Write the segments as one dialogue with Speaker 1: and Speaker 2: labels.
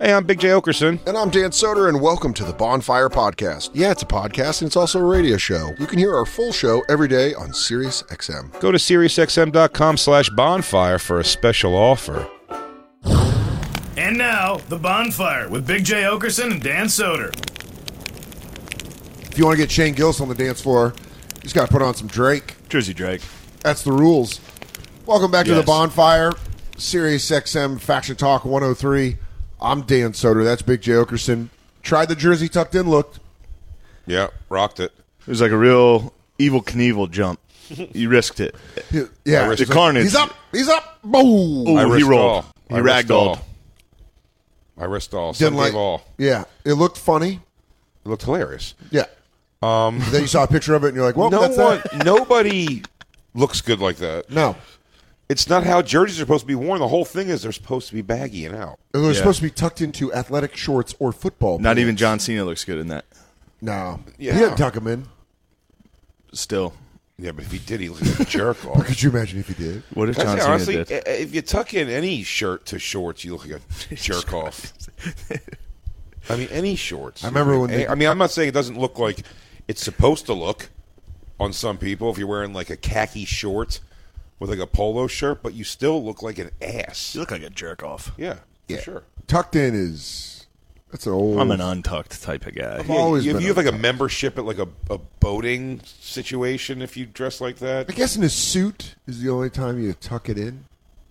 Speaker 1: Hey, I'm Big J. Okerson.
Speaker 2: And I'm Dan Soder, and welcome to the Bonfire Podcast. Yeah, it's a podcast, and it's also a radio show. You can hear our full show every day on Sirius XM.
Speaker 1: Go to SiriusXM.com slash bonfire for a special offer.
Speaker 3: And now, The Bonfire with Big J. Okerson and Dan Soder.
Speaker 2: If you want to get Shane Gillis on the dance floor, you just got to put on some Drake.
Speaker 4: Jersey Drake.
Speaker 2: That's the rules. Welcome back to the
Speaker 4: Yes.
Speaker 2: Bonfire, Sirius XM Faction Talk 103. I'm Dan Soder. That's Big J. Okerson. Tried the jersey tucked in look.
Speaker 1: Yeah, rocked it.
Speaker 4: It was like a real evil Knievel jump. You risked it.
Speaker 2: Yeah,
Speaker 4: The carnage.
Speaker 2: He's up. He's up. Boom.
Speaker 4: Ooh, he
Speaker 1: wrist
Speaker 4: rolled.
Speaker 1: all.
Speaker 4: He
Speaker 1: I wrist
Speaker 4: ragdolled.
Speaker 1: all. I wrist all.
Speaker 2: Didn't
Speaker 1: Didn't
Speaker 2: like.
Speaker 1: all.
Speaker 2: Yeah, it looked funny.
Speaker 1: It looked hilarious.
Speaker 2: Yeah. Um, then you saw a picture of it, and you're like, "Well,
Speaker 1: no
Speaker 2: that's
Speaker 1: one,
Speaker 2: that."
Speaker 1: nobody looks good like that.
Speaker 2: No,
Speaker 1: It's not how jerseys are supposed to be worn. The whole thing is they're supposed to be baggy and out.
Speaker 2: They're
Speaker 4: Yeah.
Speaker 2: supposed to be tucked into athletic shorts or football.
Speaker 4: Not
Speaker 2: pants.
Speaker 4: even John Cena looks good in that.
Speaker 2: No,
Speaker 1: Yeah.
Speaker 2: he didn't tuck them in.
Speaker 4: Still.
Speaker 1: Yeah, but if he did, he looked like a jerk off.
Speaker 2: Could you imagine if he did?
Speaker 4: What if
Speaker 1: I
Speaker 4: John
Speaker 1: say,
Speaker 4: Cena
Speaker 1: honestly,
Speaker 4: did?
Speaker 1: i- if you tuck in any shirt to shorts, you look like a jerk off. I mean, any shorts.
Speaker 2: I remember when they-
Speaker 1: I mean, I'm not saying it doesn't look like it's supposed to look on some people if you're wearing like a khaki short with like a polo shirt, but you still look like an ass.
Speaker 4: You look like a jerk off.
Speaker 1: Yeah, yeah. sure.
Speaker 2: Tucked in is that's an old.
Speaker 4: I'm an untucked type of guy.
Speaker 2: I've always
Speaker 1: if
Speaker 2: been
Speaker 1: you have
Speaker 2: on
Speaker 1: like a
Speaker 2: top.
Speaker 1: membership at like a, a boating situation, if you dress like that,
Speaker 2: I guess in a suit is the only time you tuck it in.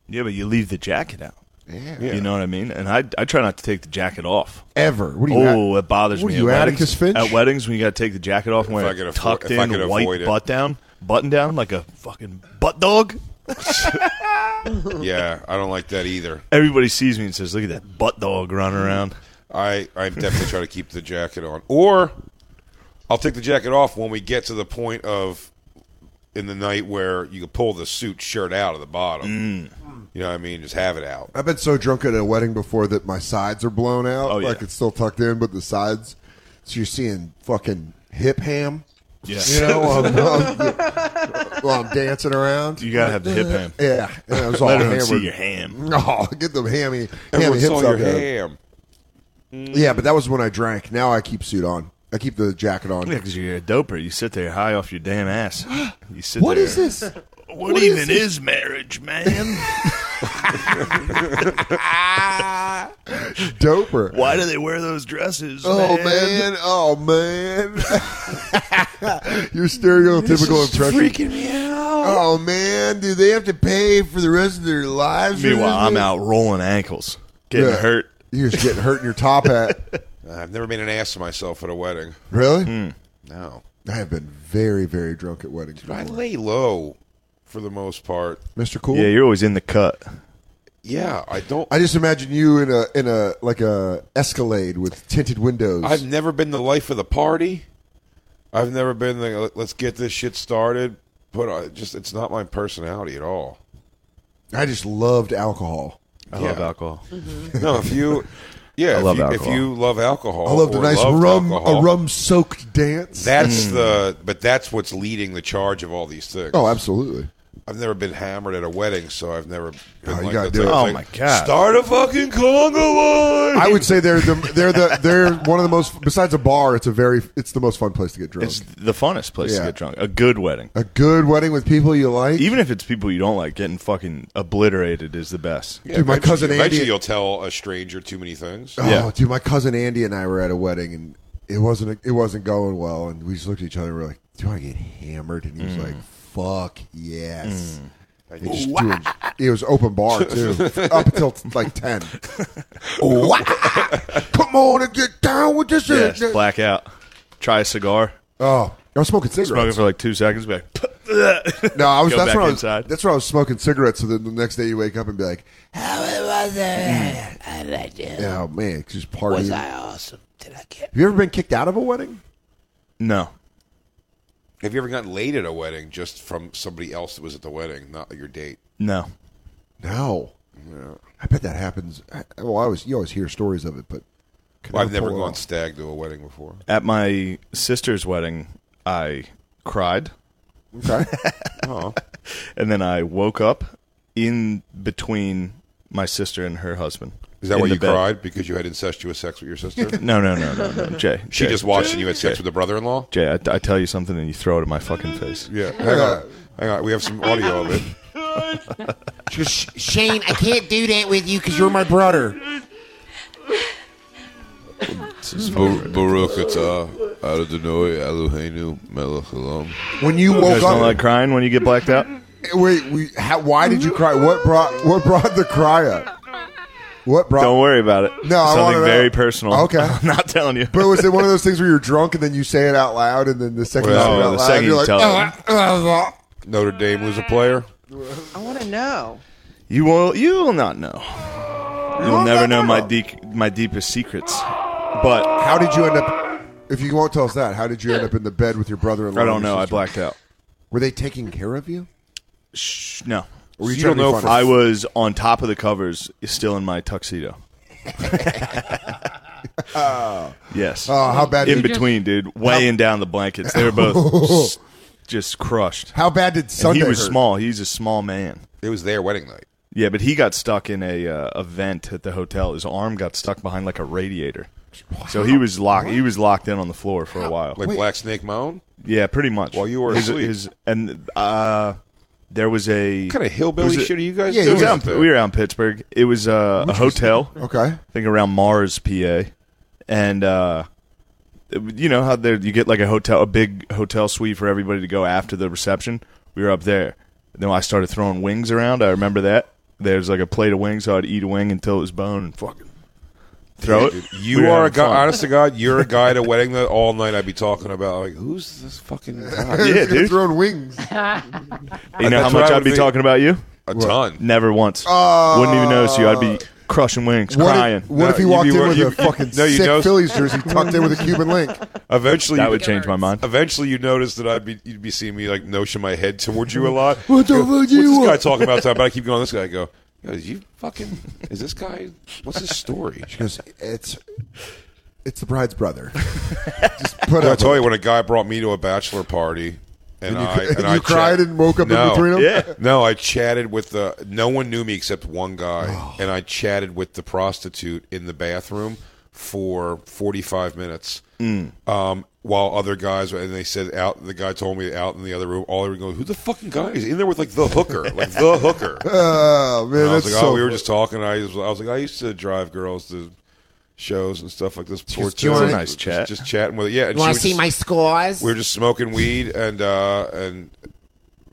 Speaker 4: Yeah, but you leave the jacket out.
Speaker 2: Yeah.
Speaker 1: Yeah.
Speaker 4: You know what I mean? And I, I try not to take the jacket off.
Speaker 2: Ever? What do you?
Speaker 4: Oh, it bothers
Speaker 2: what
Speaker 4: me.
Speaker 2: Are you
Speaker 4: at
Speaker 2: Atticus
Speaker 4: weddings,
Speaker 2: Finch?
Speaker 4: At weddings, when you got to take the jacket off, when
Speaker 1: I
Speaker 4: it
Speaker 1: could afford-
Speaker 4: tucked
Speaker 1: if I could
Speaker 4: in, white
Speaker 1: avoid it.
Speaker 4: butt down, button down, like a fucking butt dog.
Speaker 1: yeah, I don't like that either.
Speaker 4: Everybody sees me and says, "Look at that butt dog running around."
Speaker 1: I I definitely try to keep the jacket on, or I'll take the jacket off when we get to the point of in the night where you can pull the suit shirt out of the bottom.
Speaker 4: Mm.
Speaker 1: You know what I mean? Just have it out.
Speaker 2: I've been so drunk at a wedding before that my sides are blown out.
Speaker 4: Oh, yeah.
Speaker 2: Like it's still tucked in, but the sides. So you're seeing fucking hip ham.
Speaker 4: Yes.
Speaker 2: You know, while I'm, while I'm dancing around.
Speaker 4: You gotta have the hip ham.
Speaker 2: yeah, and it was all
Speaker 4: Let everyone
Speaker 2: hammered.
Speaker 4: see your ham.
Speaker 2: Oh, get the hammy, hammy
Speaker 1: Everyone
Speaker 2: hips
Speaker 1: saw
Speaker 2: up
Speaker 1: your
Speaker 2: there.
Speaker 1: ham.
Speaker 2: Yeah, but that was when I drank. Now I keep suit on. I keep the jacket on.
Speaker 4: Yeah, because you're a doper. You sit there high off your damn ass. You sit
Speaker 2: What
Speaker 4: there,
Speaker 2: is this?
Speaker 4: What, even is, marriage, man?
Speaker 2: Doper.
Speaker 4: Why do they wear those dresses?
Speaker 2: Oh man! Oh man! Your stereotypical impression.
Speaker 4: Freaking me out.
Speaker 2: Oh man! Do they have to pay for the rest of their lives? for
Speaker 4: Meanwhile,
Speaker 2: this?
Speaker 4: I'm out rolling ankles, getting
Speaker 2: Yeah.
Speaker 4: hurt.
Speaker 2: You're just getting hurt in your top hat.
Speaker 1: I've never made an ass of myself at a wedding.
Speaker 2: Really?
Speaker 1: No,
Speaker 2: I have been very, very drunk at weddings.
Speaker 1: I
Speaker 2: before.
Speaker 1: lay low for the most part.
Speaker 2: Mr. Cool.
Speaker 4: Yeah, you're always in the cut.
Speaker 1: Yeah, I don't.
Speaker 2: I just imagine you in a in a like a Escalade with tinted windows.
Speaker 1: I've never been the life of the party. I've never been the let's get this shit started. But I just it's not my personality at all.
Speaker 2: I just loved alcohol.
Speaker 4: I
Speaker 1: Yeah. Mm-hmm.
Speaker 4: love alcohol.
Speaker 1: No, if you, yeah, if,
Speaker 4: love
Speaker 1: you, if
Speaker 4: alcohol.
Speaker 1: you love alcohol,
Speaker 2: I loved a
Speaker 1: or
Speaker 2: nice
Speaker 1: Oh, loved
Speaker 2: rum,
Speaker 1: alcohol,
Speaker 2: a rum soaked dance.
Speaker 4: Mm.
Speaker 1: That's the, but that's what's leading the charge of all these things.
Speaker 2: oh, absolutely.
Speaker 1: I've never been hammered at a wedding, so I've never. Been
Speaker 2: Oh, you
Speaker 1: like
Speaker 2: gotta
Speaker 1: that. So
Speaker 2: do it.
Speaker 1: it's
Speaker 2: Oh,
Speaker 5: my God.
Speaker 1: Start a fucking conga line.
Speaker 2: I would say they're the they're the they're one of the most besides a bar. It's a very it's the most fun place to get drunk.
Speaker 5: It's the funnest place to
Speaker 2: Yeah.
Speaker 5: get drunk. A good wedding.
Speaker 2: a good wedding with people you like.
Speaker 5: Even if it's people you don't like, getting fucking obliterated is the best.
Speaker 1: Yeah,
Speaker 2: Dude, my
Speaker 1: eventually-
Speaker 2: cousin
Speaker 1: Eventually,
Speaker 2: Andy-
Speaker 1: you'll tell a stranger too many things.
Speaker 2: oh,
Speaker 5: yeah.
Speaker 2: dude, my cousin Andy and I were at a wedding and it wasn't it wasn't going well, and we just looked at each other. and We're like, "Do I get hammered?" And he
Speaker 5: Mm.
Speaker 2: was like, "Fuck yes." They just threw him- it was open bar too, up until like ten. Wah! Come on and get down with this.
Speaker 5: Yeah, black out. Try a cigar.
Speaker 2: Oh, I was smoking cigarettes.
Speaker 5: Smoke it for like two seconds. Be like,
Speaker 2: No, I was.
Speaker 5: Go
Speaker 2: that's
Speaker 5: back
Speaker 2: when I was.
Speaker 5: inside.
Speaker 2: That's when I was smoking cigarettes. So then the next day you wake up and be like, "Oh man, it's just partying." Mm. Was I awesome? Did I get? Have you ever been kicked out of a wedding?
Speaker 5: no.
Speaker 1: Have you ever gotten late at a wedding just from somebody else that was at the wedding, not your date?
Speaker 5: No.
Speaker 2: No. I bet that happens. I- Well, I was. You always hear stories of it, but could
Speaker 1: Well, I've
Speaker 2: never
Speaker 1: never
Speaker 2: pull it
Speaker 1: gone
Speaker 2: off.
Speaker 1: stag to a wedding before.
Speaker 5: At my sister's wedding, I cried.
Speaker 2: Okay. Oh.
Speaker 5: And then I woke up in between my sister and her husband.
Speaker 1: Is that
Speaker 5: In
Speaker 1: why
Speaker 5: the
Speaker 1: you
Speaker 5: bed.
Speaker 1: cried because you had incestuous sex with your sister?
Speaker 5: No, no, no, no, no. Jay.
Speaker 1: she
Speaker 5: Jay,
Speaker 1: just watched and you had sex with the brother-in-law.
Speaker 5: Jay, I, I tell you something and you throw it at my fucking face.
Speaker 1: Yeah, hang on, hang on. We have some oh, audio of it.
Speaker 6: She goes, "Sh- Shane, I can't do that with you because you're my brother.
Speaker 1: Baruch atah Adonai Eloheinu Melech Olam.
Speaker 2: when you
Speaker 5: You
Speaker 2: woke
Speaker 5: guys
Speaker 2: up, Uh,
Speaker 5: don't like crying when you get blacked out?
Speaker 2: wait, we, how, why did you cry? What brought? What brought the cry up? What brought?
Speaker 5: Don't worry about it.
Speaker 2: No, I wanna
Speaker 5: something
Speaker 2: know.
Speaker 5: very personal.
Speaker 2: Okay.
Speaker 5: I'm not telling you.
Speaker 2: But was it one of those things where you're drunk and then you say it out loud, and then the second
Speaker 5: No,
Speaker 2: you say it out
Speaker 5: the
Speaker 2: loud,
Speaker 5: second
Speaker 2: you're
Speaker 5: you
Speaker 2: like,
Speaker 5: tell
Speaker 1: Notre Dame was a player.
Speaker 7: I want to know.
Speaker 5: You will. You will not know. You'll never know my deep, my deepest secrets. But
Speaker 2: How did you end up? If you won't tell us that, how did you end up in the bed with your brother-in-law?
Speaker 5: I don't
Speaker 2: and your
Speaker 5: know. I
Speaker 2: sister?
Speaker 5: blacked out.
Speaker 2: Were they taking care of you?
Speaker 5: Shh, no.
Speaker 2: Or were
Speaker 1: You don't
Speaker 2: trying to
Speaker 1: know
Speaker 2: be
Speaker 1: for-
Speaker 2: funny?
Speaker 5: I was on top of the covers, still in my tuxedo. Yes.
Speaker 2: Oh, how bad?
Speaker 5: in
Speaker 2: did,
Speaker 5: between, dude, weighing down the blankets. They were both s- just crushed.
Speaker 2: How bad did
Speaker 5: And
Speaker 2: Sunday?
Speaker 5: he was
Speaker 2: hurt?
Speaker 5: small. He's a small man.
Speaker 1: It was their wedding night.
Speaker 5: Yeah, but he got stuck in a uh, a vent at the hotel. His arm got stuck behind like a radiator. So he was locked. He was locked in on the floor for a while.
Speaker 1: Like Black Snake Mountain?
Speaker 5: Yeah, pretty much.
Speaker 1: While you were
Speaker 5: his,
Speaker 1: asleep.
Speaker 5: his- and uh, there was a
Speaker 1: What kind of hillbilly
Speaker 5: was it-
Speaker 1: shit are you guys
Speaker 2: Yeah,
Speaker 5: It
Speaker 1: doing?
Speaker 5: was
Speaker 2: Yeah.
Speaker 5: out, we were out in Pittsburgh. It was uh, a hotel,
Speaker 2: Okay.
Speaker 5: I think around Mars, PA, and uh, it- you know how there you get like a hotel, a big hotel suite for everybody to go after the reception. We were up there. Then I started throwing wings around. I remember that there's like a plate of wings. So I'd eat a wing until it was bone and fucking throw it.
Speaker 1: You
Speaker 5: We were
Speaker 1: are a
Speaker 5: having
Speaker 1: guy.
Speaker 5: fun.
Speaker 1: Honest to God, you're a guy at a wedding that all night I'd be talking about. Like, who's this fucking guy?
Speaker 5: Yeah,
Speaker 2: You're
Speaker 5: dude.
Speaker 2: Throwing wings.
Speaker 5: You know how
Speaker 1: That's what
Speaker 5: much
Speaker 1: I
Speaker 5: I'd
Speaker 1: would
Speaker 5: be
Speaker 1: think.
Speaker 5: talking about you?
Speaker 1: A ton.
Speaker 5: Never once. Wouldn't even notice you. I'd be crushing wings,
Speaker 2: What
Speaker 5: crying.
Speaker 2: if, what
Speaker 1: No,
Speaker 2: if he
Speaker 1: you'd
Speaker 2: walked
Speaker 1: be
Speaker 2: in
Speaker 1: wor-
Speaker 2: with
Speaker 1: you-
Speaker 2: a fucking
Speaker 1: No, you
Speaker 2: sick
Speaker 1: know-
Speaker 2: Phillies jersey tucked in with a Cuban link?
Speaker 1: Eventually,
Speaker 5: that
Speaker 1: you-
Speaker 5: would change my mind.
Speaker 1: Eventually, you notice that I'd be you'd be seeing me like notion my head towards you a lot.
Speaker 2: What the
Speaker 1: You go,
Speaker 2: fuck
Speaker 1: What's
Speaker 2: do you
Speaker 1: this guy
Speaker 2: want?"
Speaker 1: talking about? Time, but I keep going. This guy, I go. Yo, is you fucking? Is this guy? What's his story?
Speaker 2: Because it's it's the bride's brother. Just put
Speaker 1: I
Speaker 2: up.
Speaker 1: tell
Speaker 2: with
Speaker 1: you, when a guy brought me to a bachelor party, and,
Speaker 2: And you-
Speaker 1: I
Speaker 2: and you
Speaker 1: I
Speaker 2: cried and woke up in
Speaker 1: no,
Speaker 2: between 'em?
Speaker 1: Yeah, no, I chatted with the. No one knew me except one
Speaker 2: Oh.
Speaker 1: guy, and I chatted with the prostitute in the bathroom for forty-five minutes.
Speaker 5: Mm.
Speaker 1: Um, while other guys were- and they said out, the guy told me out in the other room. All they were going, "Who the fucking guy is in there with like the hooker, like the hooker?"
Speaker 2: it. Oh man,
Speaker 1: And I was
Speaker 2: that's
Speaker 1: like,
Speaker 2: so.
Speaker 1: "Oh, we were just talking." I was, I was like, "I used to drive girls to." Shows and stuff like this. before,
Speaker 2: "Do you
Speaker 1: too."
Speaker 2: wanna-
Speaker 1: Just-
Speaker 5: Nice chat.
Speaker 1: Just chatting with it. Yeah. and
Speaker 6: You
Speaker 1: she
Speaker 6: want
Speaker 1: would
Speaker 6: to see
Speaker 1: just-
Speaker 6: my scores?
Speaker 1: we were just smoking weed and uh, and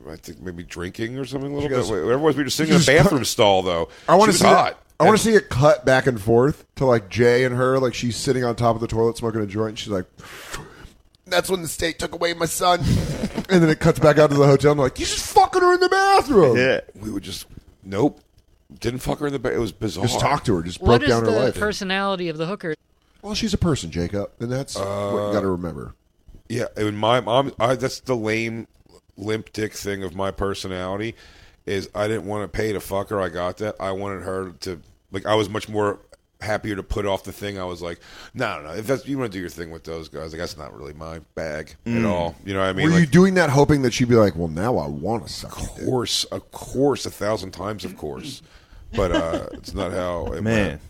Speaker 1: I think maybe drinking or something a little bit. Whatever it was, we were just sitting in a bathroom stall though.
Speaker 2: I want
Speaker 1: She
Speaker 2: to
Speaker 1: was
Speaker 2: see
Speaker 1: hot.
Speaker 2: that. I want
Speaker 1: And
Speaker 2: to see it cut back and forth to like Jay and her, like she's sitting on top of the toilet smoking a joint. And she's like, "That's when the state took away my son." and then it cuts back out to the hotel. and they're like, "You just fucking her in the bathroom."
Speaker 5: yeah.
Speaker 1: We were just nope. Didn't fuck her in the back. It was bizarre.
Speaker 2: Just talk to her. Just
Speaker 4: What
Speaker 2: broke
Speaker 4: is
Speaker 2: down her
Speaker 4: the
Speaker 2: life.
Speaker 4: personality of the hooker?
Speaker 2: well, she's a person, Jacob, and that's what you got to remember.
Speaker 1: Yeah, and my mom. I, that's the lame, limp dick thing of my personality, is I didn't want to pay to fuck her. I got that. I wanted her to like. I was much more happier to put off the thing. I was like, no, no, no. If that's, you want to do your thing with those guys, like that's not really my bag at all. You know what I mean?
Speaker 2: Mm. Were you
Speaker 1: Like,
Speaker 2: doing that hoping that she'd be like, well, now I want to suck?
Speaker 1: of course, of course, a thousand times, of course. But uh, it's not how it
Speaker 5: Man,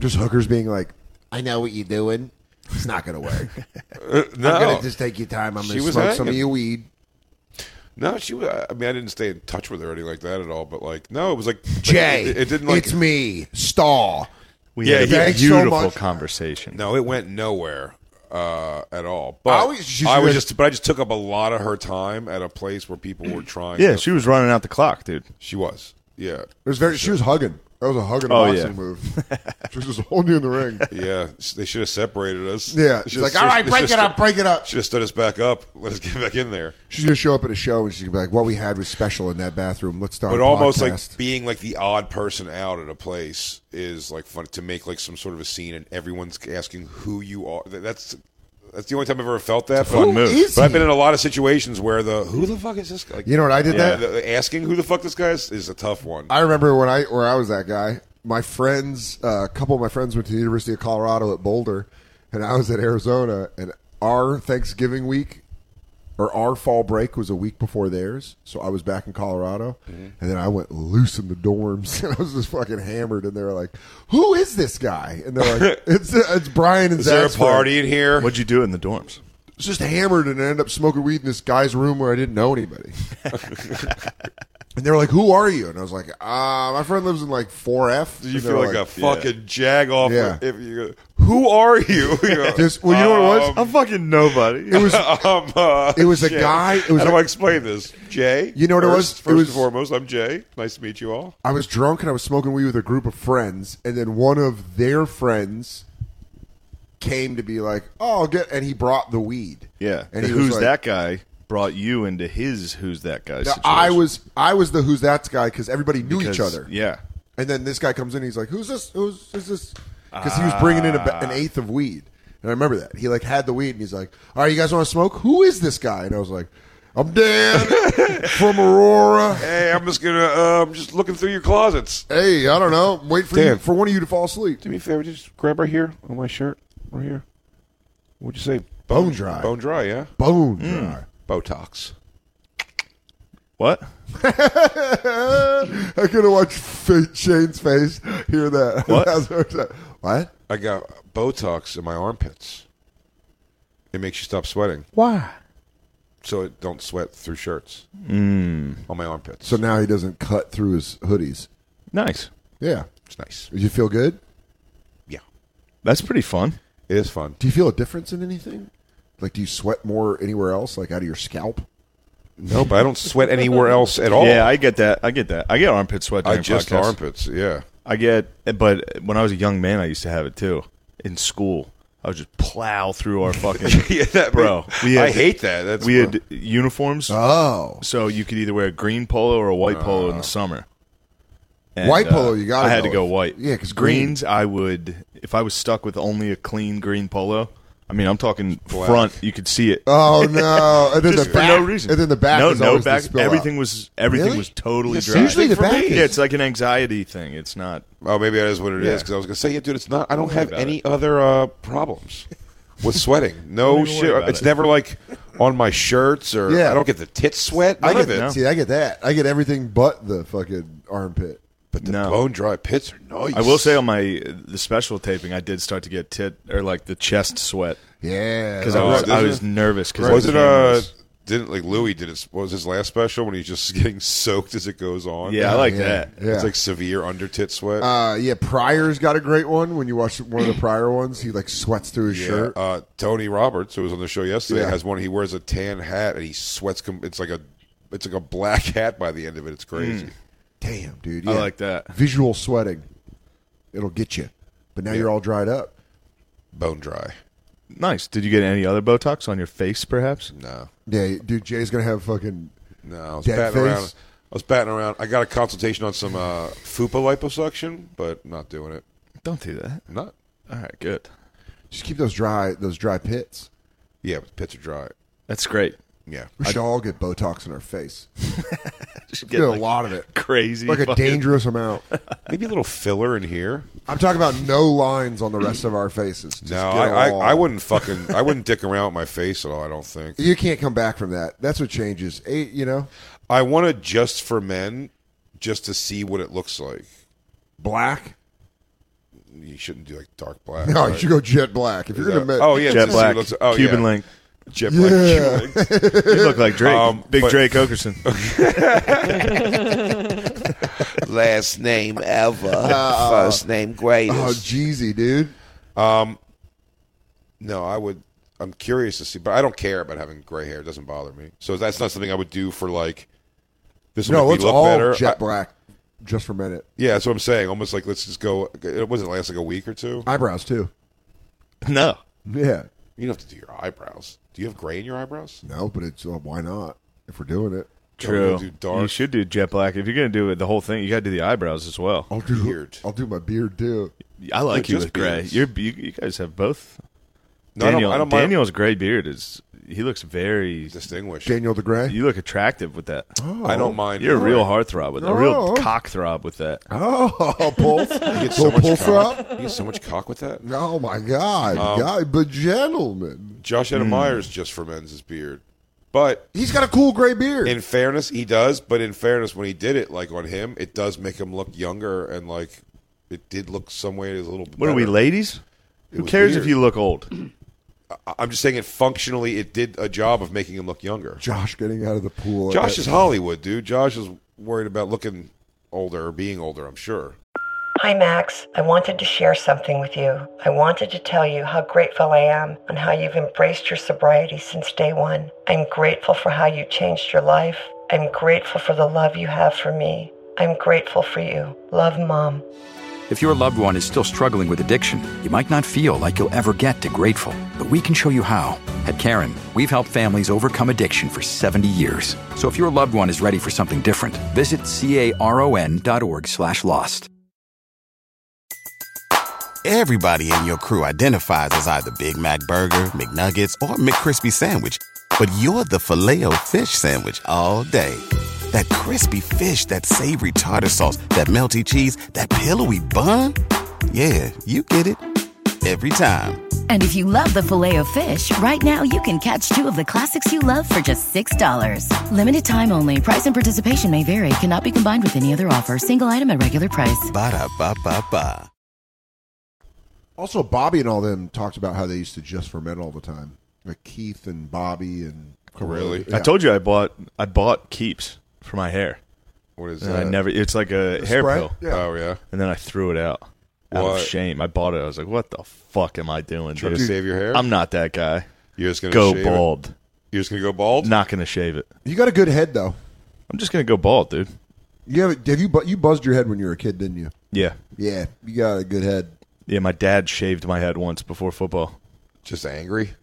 Speaker 2: Just hookers being like,
Speaker 8: I know what you're doing. It's not gonna work.
Speaker 1: went. Uh, no,
Speaker 2: I'm gonna just take your time. I'm
Speaker 1: She
Speaker 2: gonna
Speaker 1: was
Speaker 2: smoke some of
Speaker 1: hanging.
Speaker 2: your weed.
Speaker 1: No, she was. I mean, I didn't stay in touch with her or anything like that at all. But like, no, it was like
Speaker 2: Jay,
Speaker 1: It, it didn't like.
Speaker 2: it's me, Staw.
Speaker 5: we
Speaker 1: Yeah,
Speaker 5: had a
Speaker 2: thanks so
Speaker 5: beautiful
Speaker 2: much.
Speaker 5: conversation.
Speaker 1: No, it went nowhere uh, at all. But
Speaker 2: I
Speaker 1: I
Speaker 2: always-
Speaker 1: was,
Speaker 2: she's
Speaker 1: just,
Speaker 2: really-
Speaker 1: but I just took up a lot of her time at a place where people were trying.
Speaker 5: Yeah,
Speaker 1: to-
Speaker 5: she was running out the clock, dude.
Speaker 1: she was. Yeah,
Speaker 2: It was very. She was hugging. That was a hugging
Speaker 5: Oh,
Speaker 2: boxing
Speaker 5: yeah.
Speaker 2: move. she was just holding you in the ring.
Speaker 1: yeah. S- They should have separated us.
Speaker 2: Yeah, she's like, all right, break it up, break it up.
Speaker 1: Should have stood us back up. Let us get back in there.
Speaker 2: She's gonna show up at a show and she's gonna be like, "What we had was special in that bathroom. Let's start."
Speaker 1: but
Speaker 2: a
Speaker 1: almost
Speaker 2: podcast."
Speaker 1: like being like the odd person out at a place is like fun to make like some sort of a scene and everyone's asking who you are. Th- That's that's the only time I've ever felt that.
Speaker 5: fun
Speaker 1: but,
Speaker 5: move.
Speaker 2: is
Speaker 1: but I've been
Speaker 2: he?
Speaker 1: in a lot of situations where the who the fuck is this guy? Like,
Speaker 2: you know what I did
Speaker 1: yeah,
Speaker 2: that.
Speaker 1: the- the asking who the fuck this guy is is a tough one.
Speaker 2: I remember when I where I was that guy. My friends, uh, a couple of my friends went to the University of Colorado at Boulder, and I was at Arizona. And our Thanksgiving week or our fall break was a week before theirs, so I was back in Colorado,
Speaker 1: Mm-hmm.
Speaker 2: and then I went loose in the dorms, and I was just fucking hammered. And they were like, "Who is this guy?" And they're like, "It's uh, it's Brian and
Speaker 1: is there a
Speaker 2: Zach's friend."
Speaker 1: party in here?
Speaker 5: What'd you do in the dorms?
Speaker 2: was just hammered and I ended up smoking weed in this guy's room where I didn't know anybody. and they were like, "Who are you?" And I was like, "Uh, my friend lives in like 4F."
Speaker 1: Did you
Speaker 2: And they
Speaker 1: feel
Speaker 2: were
Speaker 1: like, a fucking jag off?
Speaker 2: Yeah.
Speaker 1: If you, who are you? You know,
Speaker 2: Just- well, you know what it was?
Speaker 5: I'm fucking nobody.
Speaker 2: It was
Speaker 1: um, uh,
Speaker 2: it was a
Speaker 1: Jay.
Speaker 2: guy- it was
Speaker 1: How
Speaker 2: a-
Speaker 1: do I explain this, Jay?
Speaker 2: You know what it was?
Speaker 1: First,
Speaker 2: It
Speaker 1: first
Speaker 2: was-
Speaker 1: and foremost, I'm Jay. Nice to meet you all.
Speaker 2: I was drunk and I was smoking weed with a group of friends, and then one of their friends came to be like, "Oh, I'll get," and he brought the weed.
Speaker 5: yeah.
Speaker 2: and
Speaker 5: The
Speaker 2: he
Speaker 5: who's
Speaker 2: was like,
Speaker 5: that guy brought you into his who's that guy
Speaker 2: Now,
Speaker 5: situation.
Speaker 2: I was I was the who's that guy because everybody knew each
Speaker 5: Because-
Speaker 2: other.
Speaker 5: Yeah.
Speaker 2: And then this guy comes in. He's like, "Who's this? Who's, who's this?" Because he was bringing in a, ba- an eighth of weed, and I remember that he like had the weed, and he's like, "All right, you guys want to smoke? Who is this guy?" And I was like, "I'm Dan from Aurora.
Speaker 1: Hey, I'm just gonna. Uh, I'm just looking through your closets.
Speaker 2: Hey, I don't know. I'm waiting for you,
Speaker 1: Dan.
Speaker 2: for one of you to fall asleep."
Speaker 1: Do me a favor, just grab right here on my shirt, right here. What'd you say?
Speaker 2: Bone dry.
Speaker 1: Bone dry, yeah.
Speaker 2: Bone Hmm. dry.
Speaker 1: Botox.
Speaker 5: What?
Speaker 2: I could have watched fa- Shane's face hear that.
Speaker 5: What?
Speaker 2: That's what? I'm saying. what?
Speaker 1: I got Botox in my armpits. It makes you stop sweating,
Speaker 2: Why?
Speaker 1: so it don't sweat through shirts on my armpits.
Speaker 2: So now he doesn't cut through his hoodies.
Speaker 5: Nice.
Speaker 2: Yeah.
Speaker 1: it's nice.
Speaker 2: Did you feel good?
Speaker 1: Yeah,
Speaker 5: That's pretty fun.
Speaker 1: it is fun.
Speaker 2: Do you feel a difference in anything? Like, do you sweat more anywhere else, like out of your scalp?
Speaker 1: No, but I don't sweat anywhere else at all.
Speaker 5: Yeah, I get that. I get that. I get armpit sweat.
Speaker 1: I
Speaker 5: during
Speaker 1: just
Speaker 5: podcasts.
Speaker 1: armpits. Yeah,
Speaker 5: I get, but when I was a young man, I used to have it too. In school, I would just plow through our fucking
Speaker 1: yeah, that
Speaker 5: bro. we had-
Speaker 1: I hate that. That's
Speaker 5: we had uniforms,
Speaker 2: Oh,
Speaker 5: so you could either wear a green polo or a white polo
Speaker 1: Uh.
Speaker 5: in the summer. And,
Speaker 2: White
Speaker 5: uh,
Speaker 2: polo, you gotta
Speaker 5: I had
Speaker 2: go
Speaker 5: to go
Speaker 2: with.
Speaker 5: white.
Speaker 2: Yeah, 'cause green-
Speaker 5: greens, I would. If I was stuck with only a clean green polo, I mean, I'm talking
Speaker 1: Black.
Speaker 5: front. You could see it.
Speaker 2: oh no! And then
Speaker 5: Just
Speaker 2: the
Speaker 5: for
Speaker 2: back,
Speaker 5: no reason.
Speaker 2: And then the back.
Speaker 5: No,
Speaker 2: is
Speaker 5: no
Speaker 2: always the
Speaker 5: back.
Speaker 2: spill out.
Speaker 5: Everything was everything
Speaker 2: Really?
Speaker 5: was totally
Speaker 1: It's
Speaker 5: dry.
Speaker 2: usually the
Speaker 1: For me.
Speaker 2: back.
Speaker 5: yeah,
Speaker 2: Is,
Speaker 5: it's like an anxiety thing. It's not.
Speaker 1: Oh, maybe that is what it is.
Speaker 5: Yeah.
Speaker 1: 'cause I was gonna say, yeah, dude, it's not. I don't have
Speaker 5: about
Speaker 1: any other uh, problems with sweating. No
Speaker 5: even worry
Speaker 1: shit.
Speaker 5: about
Speaker 1: It's
Speaker 5: it.
Speaker 1: never like on my shirts or
Speaker 2: Yeah.
Speaker 1: I don't get the tit sweat.
Speaker 2: I
Speaker 1: None
Speaker 2: get
Speaker 1: of it.
Speaker 5: no.
Speaker 2: See, I get that. I get everything but the fucking armpit.
Speaker 1: But the
Speaker 5: No.
Speaker 1: bone dry pits are nice.
Speaker 5: I will say on my the special taping, I did start to get tit or like the chest sweat
Speaker 2: Yeah, uh,
Speaker 5: because I
Speaker 1: Oh,
Speaker 5: was
Speaker 1: did
Speaker 5: I
Speaker 1: you?
Speaker 5: was nervous because
Speaker 1: was it uh didn't like Louis did it? What was his last special when he's just getting soaked as it goes on?
Speaker 5: yeah I like
Speaker 2: Yeah.
Speaker 5: that
Speaker 2: Yeah.
Speaker 1: It's like severe under tit sweat.
Speaker 2: Uh, yeah, Pryor's got a great one. When you watch one of the Pryor ones, he like sweats through his
Speaker 1: Yeah,
Speaker 2: shirt.
Speaker 1: Uh, Tony Roberts, who was on the show yesterday,
Speaker 2: Yeah.
Speaker 1: has one. He wears a tan hat and he sweats. Com- it's like a, it's like a black hat by the end of it. It's
Speaker 5: Mm.
Speaker 1: crazy.
Speaker 2: Damn, dude.
Speaker 5: I
Speaker 2: yeah.
Speaker 5: like that.
Speaker 2: Visual sweating. It'll get you. But now you're all dried up.
Speaker 1: Bone dry.
Speaker 5: Nice. Did you get any other Botox on your face, perhaps?
Speaker 1: No,
Speaker 2: Yeah, dude, Jay's going to have fucking.
Speaker 1: no. I was
Speaker 2: Dead
Speaker 1: batting
Speaker 2: face?
Speaker 1: around. I was batting around. I got a consultation on some uh, fupa liposuction, but not doing it.
Speaker 5: Don't do that.
Speaker 1: I'm not.
Speaker 5: All right, good.
Speaker 2: Just keep those dry those dry pits.
Speaker 1: Yeah, but the pits are dry.
Speaker 5: That's great.
Speaker 1: Yeah.
Speaker 2: We should all get Botox in our face.
Speaker 4: Should
Speaker 2: Get, a lot of it.
Speaker 4: Crazy.
Speaker 2: Like a
Speaker 4: fucking-
Speaker 2: dangerous amount.
Speaker 1: Maybe a little filler in here.
Speaker 2: I'm talking about no lines on the rest of our faces. Just
Speaker 1: no,
Speaker 2: get
Speaker 1: I, I,
Speaker 2: all-
Speaker 1: I wouldn't fucking I wouldn't dick around with my face at all. I don't think.
Speaker 2: You can't come back from that. That's what changes. Eight, you know,
Speaker 1: I want to just for men, just to see what it looks like.
Speaker 2: black.
Speaker 1: You shouldn't do like dark black.
Speaker 2: No, you
Speaker 1: right?
Speaker 2: should go jet black. If you're gonna,
Speaker 1: Yeah.
Speaker 2: admit,
Speaker 1: Oh yeah,
Speaker 4: Jet
Speaker 1: just see what it
Speaker 4: Black,
Speaker 1: looks- oh,
Speaker 4: Cuban
Speaker 1: yeah.
Speaker 4: Link.
Speaker 1: Jet black.
Speaker 2: Yeah.
Speaker 1: Cuban Link.
Speaker 4: You look like Drake.
Speaker 1: Um,
Speaker 4: Big
Speaker 1: but-
Speaker 4: Drake Okerson.
Speaker 9: Last name ever. First name greatest.
Speaker 2: oh Jeezy, dude.
Speaker 1: No, I would. I'm curious to see, but I don't care about having gray hair. It doesn't bother me. So that's not something I would do for like. This will
Speaker 2: No,
Speaker 1: make
Speaker 2: it's
Speaker 1: me look
Speaker 2: all
Speaker 1: better.
Speaker 2: jet
Speaker 1: I-
Speaker 2: black. Just for a minute,
Speaker 1: yeah, that's what I'm saying. Almost like let's just go. It wasn't last like a week or two.
Speaker 2: eyebrows too.
Speaker 4: no.
Speaker 2: Yeah,
Speaker 1: You don't have to do your eyebrows. Do you have gray in your eyebrows?
Speaker 2: no, but it's uh, why not? If we're doing it,
Speaker 4: True.
Speaker 1: do dark.
Speaker 4: You should do jet black. If you're gonna do it, the whole thing, you gotta do the eyebrows as well.
Speaker 2: I'll do.
Speaker 1: Beard.
Speaker 2: I'll do my beard too.
Speaker 4: I like
Speaker 1: They're
Speaker 4: you
Speaker 1: Oh, just
Speaker 4: with gray.
Speaker 1: beards.
Speaker 4: You're, you, you guys have both.
Speaker 1: No,
Speaker 4: Daniel,
Speaker 1: I don't, I don't mind-
Speaker 4: Daniel's gray beard is. He looks very.
Speaker 1: distinguished.
Speaker 2: Daniel the Gray.
Speaker 4: You look attractive with that.
Speaker 1: I don't mind.
Speaker 4: You're a real
Speaker 1: hard.
Speaker 4: heartthrob with that. A real
Speaker 2: Oh.
Speaker 4: cock throb with that.
Speaker 2: Oh, pulse.
Speaker 1: You get
Speaker 2: Little
Speaker 1: so much
Speaker 2: pulse
Speaker 1: cock.
Speaker 2: up.
Speaker 1: You get so much cock with that.
Speaker 2: Oh my God,
Speaker 1: Um,
Speaker 2: God, but gentlemen,
Speaker 1: Josh
Speaker 4: Hmm.
Speaker 1: Adam Myers just for men's his beard, but
Speaker 2: he's got a cool gray beard.
Speaker 1: in fairness, he does. But in fairness, when he did it, like on him, it does make him look younger and like it did look some way a little.
Speaker 4: What are we,
Speaker 1: better.
Speaker 4: ladies? Who
Speaker 1: was
Speaker 4: cares if
Speaker 1: weird.
Speaker 4: you look old?
Speaker 1: I- I'm just saying it functionally. It did a job of making him look younger.
Speaker 2: Josh getting out of the pool.
Speaker 1: Josh is Hollywood, dude. Josh is worried about looking older or being older. I'm sure.
Speaker 5: Hi, Max. I wanted to share something with you. I wanted to tell you how grateful I am and how you've embraced your sobriety since day one. I'm grateful for how you changed your life. I'm grateful for the love you have for me. I'm grateful for you. Love, Mom.
Speaker 10: If your loved one is still struggling with addiction, you might not feel like you'll ever get to grateful, but we can show you how. At Karen, we've helped families overcome addiction for 70 years. So if your loved one is ready for something different, visit caron.org slash lost.
Speaker 6: Everybody in your crew identifies as either Big Mac Burger, McNuggets, or McCrispy Sandwich. But you're the filet fish Sandwich all day. That crispy fish, that savory tartar sauce, that melty cheese, that pillowy bun. Yeah, you get it. Every time.
Speaker 11: And if you love the filet of fish, right now you can catch two of the classics you love for just $6. Limited time only. Price and participation may vary. Cannot be combined with any other offer. Single item at regular price.
Speaker 6: Ba-da-ba-ba-ba.
Speaker 2: Also, Bobby and all them talked about how they used to just for men all the time, like Keith and Bobby and
Speaker 1: Really?
Speaker 4: I told you I bought I bought keeps for my hair.
Speaker 1: What is
Speaker 4: And
Speaker 1: that?
Speaker 4: I Uh, never. It's like a
Speaker 2: The
Speaker 4: hair
Speaker 2: spray?
Speaker 4: pill.
Speaker 2: Yeah.
Speaker 1: Oh yeah.
Speaker 4: And then I threw it out. Out
Speaker 1: What?
Speaker 4: of shame, I bought it. I was like, "What the fuck am I doing?
Speaker 1: Trying to
Speaker 4: dude?
Speaker 1: save your hair?
Speaker 4: I'm not that guy.
Speaker 1: You're just gonna
Speaker 4: Go
Speaker 1: shave it?
Speaker 4: bald.
Speaker 1: You're just gonna go bald.
Speaker 4: Not gonna shave it.
Speaker 2: You got a good head though.
Speaker 4: I'm just gonna go bald, dude.
Speaker 2: You have, have you bu- you buzzed your head when you were a kid, didn't you?
Speaker 4: Yeah,
Speaker 2: Yeah, you got a good head.
Speaker 4: yeah. My dad shaved my head once before football.
Speaker 1: Just angry.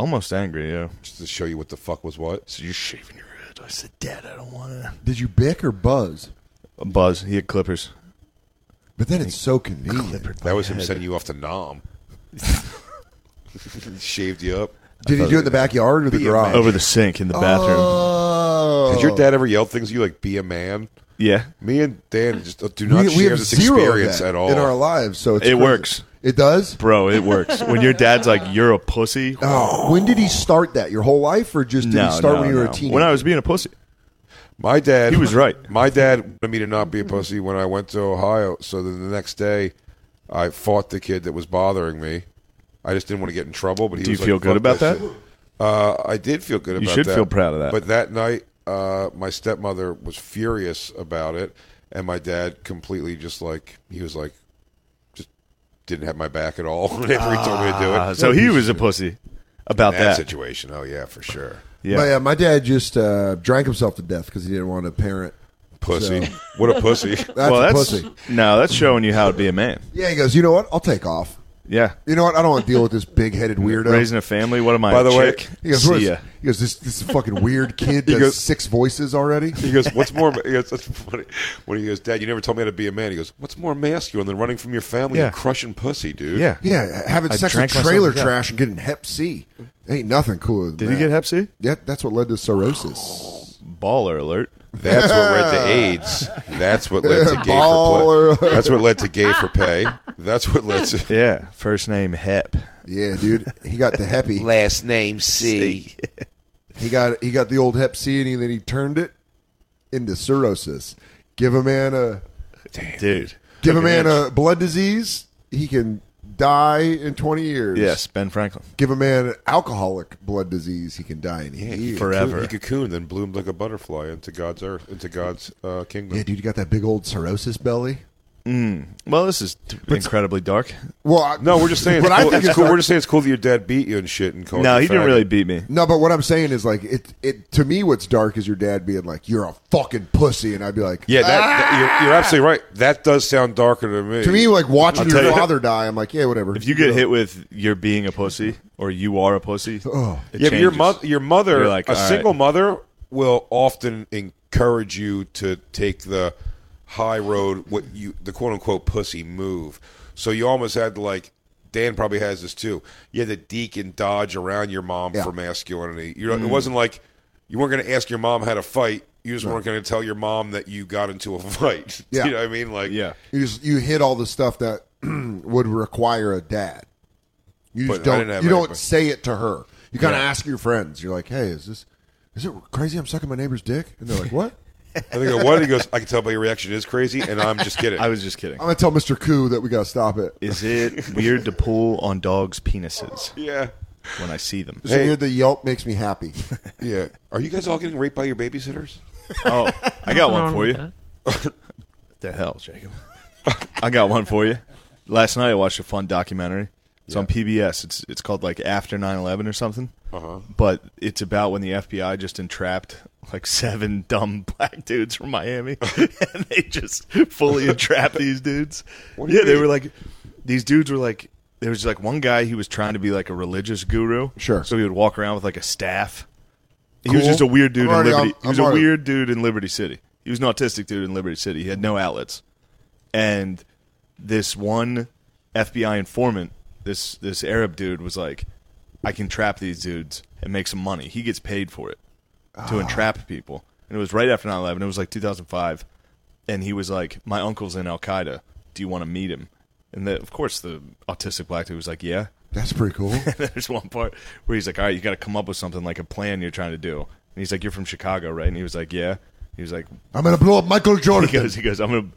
Speaker 4: Almost angry. Yeah.
Speaker 1: Just to show you what the fuck was what.
Speaker 4: So you're shaving your head? I said, Dad, I don't want to.
Speaker 2: Did you bick or buzz?
Speaker 4: Buzz. He had clippers.
Speaker 2: But then it's so convenient.
Speaker 1: That was him sending you off to Nam. Shaved you up.
Speaker 2: Did he do it in the backyard or the garage?
Speaker 4: Over the sink in the bathroom.
Speaker 2: Oh.
Speaker 1: Has your dad ever yelled things at you like "be a man"?
Speaker 4: Yeah.
Speaker 1: Me and Dan just uh, do not share this
Speaker 2: zero of
Speaker 1: experience
Speaker 2: that
Speaker 1: at all.
Speaker 2: in our lives, so it's
Speaker 4: It
Speaker 2: crazy.
Speaker 4: works.
Speaker 2: It does.
Speaker 4: Bro, it works. when your dad's like, you're a pussy.
Speaker 2: Oh, when did he start that? Your whole life, or just did
Speaker 4: no,
Speaker 2: he start
Speaker 4: no,
Speaker 2: when you were
Speaker 4: no.
Speaker 2: a teenager?
Speaker 4: When I was being a pussy.
Speaker 1: My dad,
Speaker 4: He was right.
Speaker 1: My dad wanted me to not be a pussy when I went to Ohio. So then the next day, I fought the kid that was bothering me. I just didn't want to get in trouble. But he
Speaker 4: Do you
Speaker 1: was like,
Speaker 4: feel good
Speaker 1: "Fuck
Speaker 4: about that?
Speaker 1: shit." Uh, I did feel good about
Speaker 4: You
Speaker 1: that.
Speaker 4: should feel proud of that.
Speaker 1: But that night, uh, my stepmother was furious about it, and my dad completely just like he was like, just didn't have my back at all whenever he told me to do
Speaker 4: Uh,
Speaker 1: it.
Speaker 4: so he was a pussy about
Speaker 1: that
Speaker 4: that.
Speaker 1: situation. Oh yeah, for sure.
Speaker 4: Yeah.
Speaker 2: My, uh, my dad just uh, drank himself to death because he didn't want to parent.
Speaker 1: Pussy.
Speaker 2: So-
Speaker 1: What a pussy.
Speaker 2: That's
Speaker 4: well,
Speaker 2: a
Speaker 4: that's
Speaker 2: pussy.
Speaker 4: no, that's showing you how to be a man.
Speaker 2: Yeah, he goes. You know what? I'll take off.
Speaker 4: Yeah.
Speaker 2: You know what? I don't want to deal with this big headed weirdo.
Speaker 4: Raising a family. What am I?
Speaker 2: By the
Speaker 4: a
Speaker 2: way,
Speaker 4: chick?
Speaker 2: he goes, what
Speaker 4: See
Speaker 2: is-
Speaker 4: ya.
Speaker 2: he goes, this this fucking weird kid
Speaker 1: He
Speaker 2: does
Speaker 1: goes-
Speaker 2: six voices already.
Speaker 1: He goes, "What's more?" He goes, "That's funny." When he goes, "Dad, you never told me how to be a man." He goes, "What's more masculine than running from your family
Speaker 2: Yeah.
Speaker 1: and crushing pussy, dude?"
Speaker 2: yeah, having sex with trailer trash and getting Hep C ain't nothing cooler. Than
Speaker 1: Did he
Speaker 2: that.
Speaker 1: get Hep C?
Speaker 2: Yep, that's what led to cirrhosis.
Speaker 4: Baller alert.
Speaker 1: That's what led to AIDS. That's what led to gay for
Speaker 2: Baller.
Speaker 1: play. That's what led to gay for pay. That's what led to
Speaker 4: yeah. First name Hep.
Speaker 2: Yeah, dude, he got the Heppy.
Speaker 9: Last name C.
Speaker 2: He got he got the old Hep C and he, then he turned it into cirrhosis. Give a man a
Speaker 4: dude.
Speaker 2: give a
Speaker 4: Fucking
Speaker 2: man
Speaker 4: itch.
Speaker 2: a blood disease, he can die in twenty years.
Speaker 4: Yes, Ben Franklin.
Speaker 2: Give a man alcoholic blood disease, he can die in years.
Speaker 1: He cocooned, then bloomed like a butterfly into God's earth, into God's uh, kingdom.
Speaker 2: Yeah, dude, you got that big old cirrhosis belly.
Speaker 4: Mm. Well, this is t- incredibly dark.
Speaker 2: Well, I-
Speaker 1: no, we're just saying. It's
Speaker 2: What I
Speaker 1: cool.
Speaker 2: think
Speaker 1: it's
Speaker 2: is
Speaker 1: cool. Ah!
Speaker 2: not-
Speaker 1: We're just saying it's cool that your dad beat you and shit. And called
Speaker 4: No,
Speaker 1: you a
Speaker 4: he didn't
Speaker 1: faggot.
Speaker 4: really beat me.
Speaker 2: No, but what I'm saying is like it. It to me, what's dark is your dad being like, "You're a fucking pussy," and I'd be like,
Speaker 1: Yeah, that, that- you're, you're absolutely right. That does sound darker to me.
Speaker 2: To me, like watching
Speaker 4: I'll
Speaker 2: your
Speaker 4: tell you-
Speaker 2: father die, I'm like, yeah, whatever.
Speaker 4: If you get hit with you're being a pussy or you are a pussy,
Speaker 2: Oh.
Speaker 4: it
Speaker 1: yeah, but your
Speaker 4: changes.
Speaker 1: mother, your mother,
Speaker 4: You're like,
Speaker 1: a
Speaker 4: "All right."
Speaker 1: single mother will often encourage you to take the high road, what you the quote unquote pussy move. So you almost had to like Dan probably has this too. You had to deke and dodge around your mom
Speaker 2: Yeah.
Speaker 1: for masculinity. You know, it
Speaker 2: Mm.
Speaker 1: wasn't like you weren't going to ask your mom how to fight. You just
Speaker 2: No.
Speaker 1: weren't going to tell your mom that you got into a fight.
Speaker 2: Yeah.
Speaker 1: you know what I mean? Like, yeah,
Speaker 2: You just you hit all the stuff that would require a dad. You just
Speaker 1: But I
Speaker 2: don't.
Speaker 1: didn't have
Speaker 2: You
Speaker 1: anybody.
Speaker 2: don't say it to her. You kind of
Speaker 1: Yeah.
Speaker 2: ask your friends. You're like, hey, is this is it crazy? I'm sucking my neighbor's dick, and they're like, what?
Speaker 1: I think I go, what? He goes, I can tell by your reaction is crazy, and I'm just kidding.
Speaker 4: I was just kidding.
Speaker 2: I'm gonna tell Mr. Koo that we gotta stop it.
Speaker 4: Is it weird to pull on dogs' penises?
Speaker 1: Yeah.
Speaker 4: When I see them.
Speaker 2: It's weird that Yelp makes me happy.
Speaker 1: Yeah. Are you guys all getting raped by your babysitters?
Speaker 4: Oh, I got one for you. what the hell, Jacob? I got one for you. Last night I watched a fun documentary. It's on PBS. It's it's called like After 9/11 or something.
Speaker 1: Uh-huh.
Speaker 4: But it's about when the FBI just entrapped like seven dumb black dudes from Miami and they just fully entrapped these dudes.
Speaker 1: What do
Speaker 4: yeah,
Speaker 1: you
Speaker 4: they
Speaker 1: mean?
Speaker 4: were like these dudes were like there was like one guy he was trying to be like a religious guru.
Speaker 2: Sure.
Speaker 4: So he would walk around with like a staff. He was
Speaker 2: Cool.
Speaker 4: just a weird dude
Speaker 2: I'm already
Speaker 4: in Liberty.
Speaker 2: on-
Speaker 4: he was
Speaker 2: I'm
Speaker 4: a
Speaker 2: already-
Speaker 4: weird dude in Liberty City. He was an autistic dude in Liberty City. He had no outlets. And this one FBI informant, this this Arab dude was like, I can trap these dudes and make some money. He gets paid for it
Speaker 2: Ah.
Speaker 4: to entrap people. And it was right after 9/11. It was like 2005. And he was like, "My uncle's in Al Qaeda. Do you want to meet him?" And the, of course, the autistic black dude was like, "Yeah."
Speaker 2: That's pretty cool.
Speaker 4: And there's one part where he's like, "All right, you got to come up with something like a plan you're trying to do." And he's like, "You're from Chicago, right?" And he was like, "Yeah." He was like,
Speaker 2: I'm gonna blow up Michael Jordan.
Speaker 4: he goes, he goes, I'm gonna,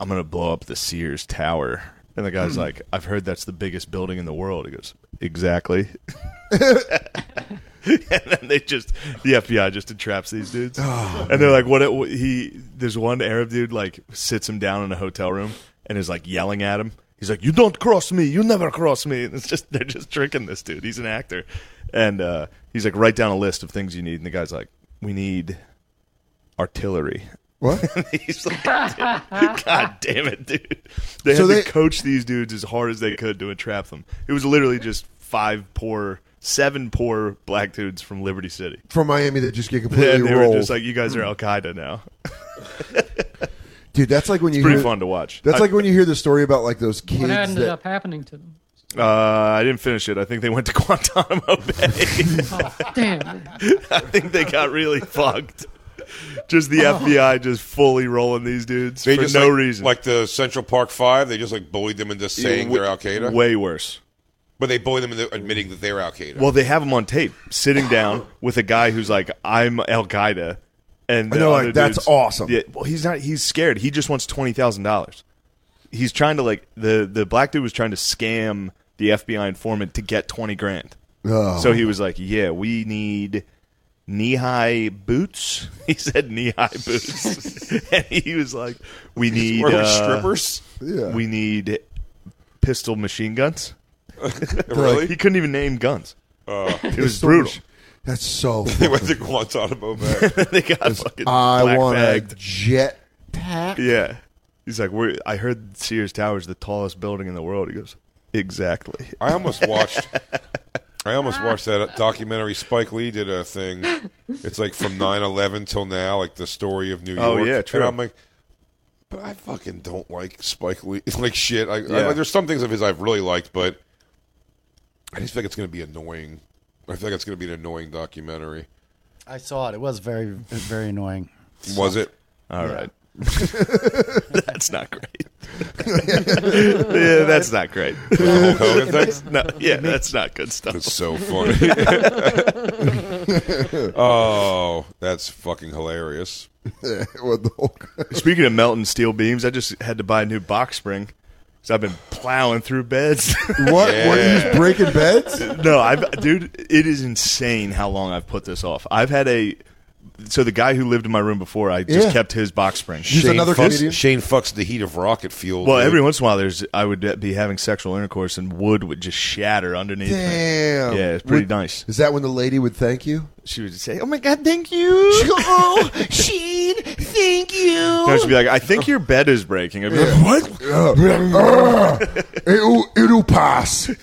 Speaker 4: I'm gonna blow up the Sears Tower. And the guy's like, I've heard that's the biggest building in the world. He goes, exactly. and then they just, the FBI just entraps these dudes, and they're like, what? It, he, there's one Arab dude like sits him down in a hotel room and is like yelling at him. He's like, you don't cross me, you never cross me. And it's just they're just tricking this dude. He's an actor, and uh, he's like, write down a list of things you need. And the guy's like, we need artillery.
Speaker 2: What?
Speaker 4: He's like, dude, God damn it, dude. They
Speaker 2: So
Speaker 4: had
Speaker 2: they-
Speaker 4: to coach these dudes as hard as they could to entrap them. It was literally just five poor, seven poor black dudes from Liberty City.
Speaker 2: From Miami, that just get completely
Speaker 4: And they were
Speaker 2: rolled.
Speaker 4: just like, you guys are Al Qaeda now.
Speaker 2: Dude, that's like when
Speaker 4: It's
Speaker 2: you
Speaker 4: pretty
Speaker 2: hear-
Speaker 4: fun to watch.
Speaker 2: That's
Speaker 4: I-
Speaker 2: like when you hear the story about like those kids.
Speaker 12: What ended
Speaker 2: that-
Speaker 12: up happening to them?
Speaker 4: Uh, I didn't finish it. I think they went to Guantanamo Bay.
Speaker 12: Damn.
Speaker 4: I think they got really fucked. Just the FBI just fully rolling these dudes
Speaker 1: They
Speaker 4: for
Speaker 1: just
Speaker 4: no
Speaker 1: like,
Speaker 4: reason.
Speaker 1: like the Central Park Five. They just like bullied them into saying
Speaker 4: w-
Speaker 1: they're Al Qaeda.
Speaker 4: Way worse.
Speaker 1: but they bullied them into admitting that they're Al Qaeda.
Speaker 4: Well, they have him on tape sitting down with a guy who's like, "I'm Al Qaeda," and
Speaker 2: And
Speaker 4: the
Speaker 2: they're like,
Speaker 4: other
Speaker 2: "That's
Speaker 4: dude's-
Speaker 2: awesome."
Speaker 4: Yeah, well, he's not. He's scared. He just wants twenty thousand dollars. He's trying to like the the black dude was trying to scam the FBI informant to get twenty grand.
Speaker 2: Oh.
Speaker 4: So he was like, "Yeah, we need." Knee high boots. He said knee high boots, and he was like, "We need
Speaker 1: Were we
Speaker 4: uh,
Speaker 1: strippers?
Speaker 2: Yeah.
Speaker 4: We need pistol machine guns."
Speaker 1: Really?
Speaker 4: He couldn't even name guns.
Speaker 1: Uh,
Speaker 4: It was
Speaker 2: so
Speaker 4: brutal.
Speaker 2: much- That's so.
Speaker 1: they went to Guantanamo Bay.
Speaker 4: they got fucking
Speaker 2: I
Speaker 4: black
Speaker 2: want
Speaker 4: bagged.
Speaker 2: a jet pack.
Speaker 4: Yeah. He's like, We're, I heard Sears Tower is the tallest building in the world. He goes, Exactly.
Speaker 1: I almost watched. I almost watched that documentary. Spike Lee did a thing. It's like from 9-11 till now, like the story of New York.
Speaker 4: Oh, yeah, true.
Speaker 1: And I'm like, but I fucking don't like Spike Lee. It's like shit. I,
Speaker 4: Yeah.
Speaker 1: I, there's some things of his I've really liked, but I just feel like it's going to be annoying. I feel like it's going to be an annoying documentary.
Speaker 12: I saw it. It was very, very annoying.
Speaker 1: Was it?
Speaker 4: All right. that's not great.
Speaker 12: Yeah,
Speaker 4: yeah, that's not great.
Speaker 1: The Hulk Hogan thing?
Speaker 4: No, yeah, that's not good stuff.
Speaker 1: It's so funny. oh, that's fucking hilarious.
Speaker 4: Speaking of melting steel beams, I just had to buy a new box spring because I've been plowing through beds.
Speaker 2: What? Were you just Yeah. breaking beds?
Speaker 4: No, I've dude, it is insane how long I've put this off. I've had a so the guy who lived in my room before, I just
Speaker 1: Yeah.
Speaker 4: kept his box spring.
Speaker 1: fucks,
Speaker 4: This-
Speaker 1: Shane fucks the heat of rocket fuel.
Speaker 4: Well,
Speaker 1: dude.
Speaker 4: every once in a while, there's I would be having sexual intercourse and wood would just shatter underneath. me.
Speaker 2: Damn.
Speaker 4: Yeah, it's pretty
Speaker 2: Would-
Speaker 4: nice.
Speaker 2: Is that when the lady would thank you?
Speaker 4: She would say, "Oh my
Speaker 9: God, thank you. oh, Sheen, thank you.
Speaker 4: No, she'd be like, "I think your bed is breaking." I'd be like, "What?"
Speaker 2: Uh, it'll, it'll pass.
Speaker 4: So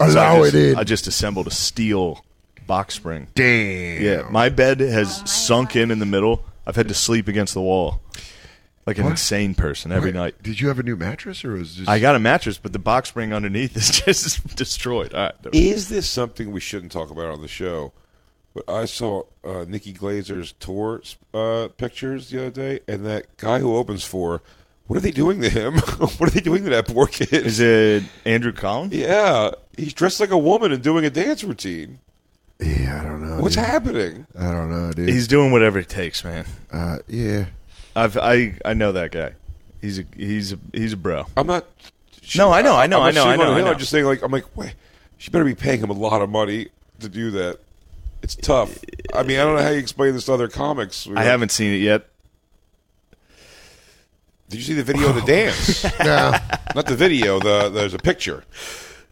Speaker 4: I
Speaker 2: Allow
Speaker 4: just-
Speaker 2: it in.
Speaker 4: I just assembled a steel box spring.
Speaker 2: Damn.
Speaker 4: Yeah, my bed has sunk in in the middle. I've had to sleep against the wall, like an
Speaker 2: What?
Speaker 4: insane person every
Speaker 2: Wait,
Speaker 4: night.
Speaker 2: Did you have a new mattress or was it just
Speaker 4: I got a mattress, but the box spring underneath is just destroyed. All right,
Speaker 1: Is this something we shouldn't talk about on the show? But I saw uh, Nikki Glazer's tour uh, pictures the other day, and that guy who opens for, what are they doing to him? what are they doing to that poor kid? Is
Speaker 4: it Andrew Collins?
Speaker 1: Yeah, he's dressed like a woman and doing a dance routine.
Speaker 2: Yeah, I don't know.
Speaker 1: What's
Speaker 2: dude.
Speaker 1: happening?
Speaker 2: I don't know, dude.
Speaker 4: He's doing whatever it takes, man.
Speaker 2: Uh, yeah.
Speaker 4: I've I I know that guy. He's a he's a he's a bro.
Speaker 1: I'm not.
Speaker 4: No, I know, I
Speaker 1: I'm
Speaker 4: know,
Speaker 1: not
Speaker 4: I know,
Speaker 1: shitting
Speaker 4: I know,
Speaker 1: on
Speaker 4: I
Speaker 1: him,
Speaker 4: know.
Speaker 1: I'm just saying, like, I'm like, wait, she better be paying him a lot of money to do that. It's tough. I mean, I don't know how you explain this to other comics.
Speaker 4: I haven't seen it yet.
Speaker 1: Did you see the video of the dance? no, not the video. The there's a picture.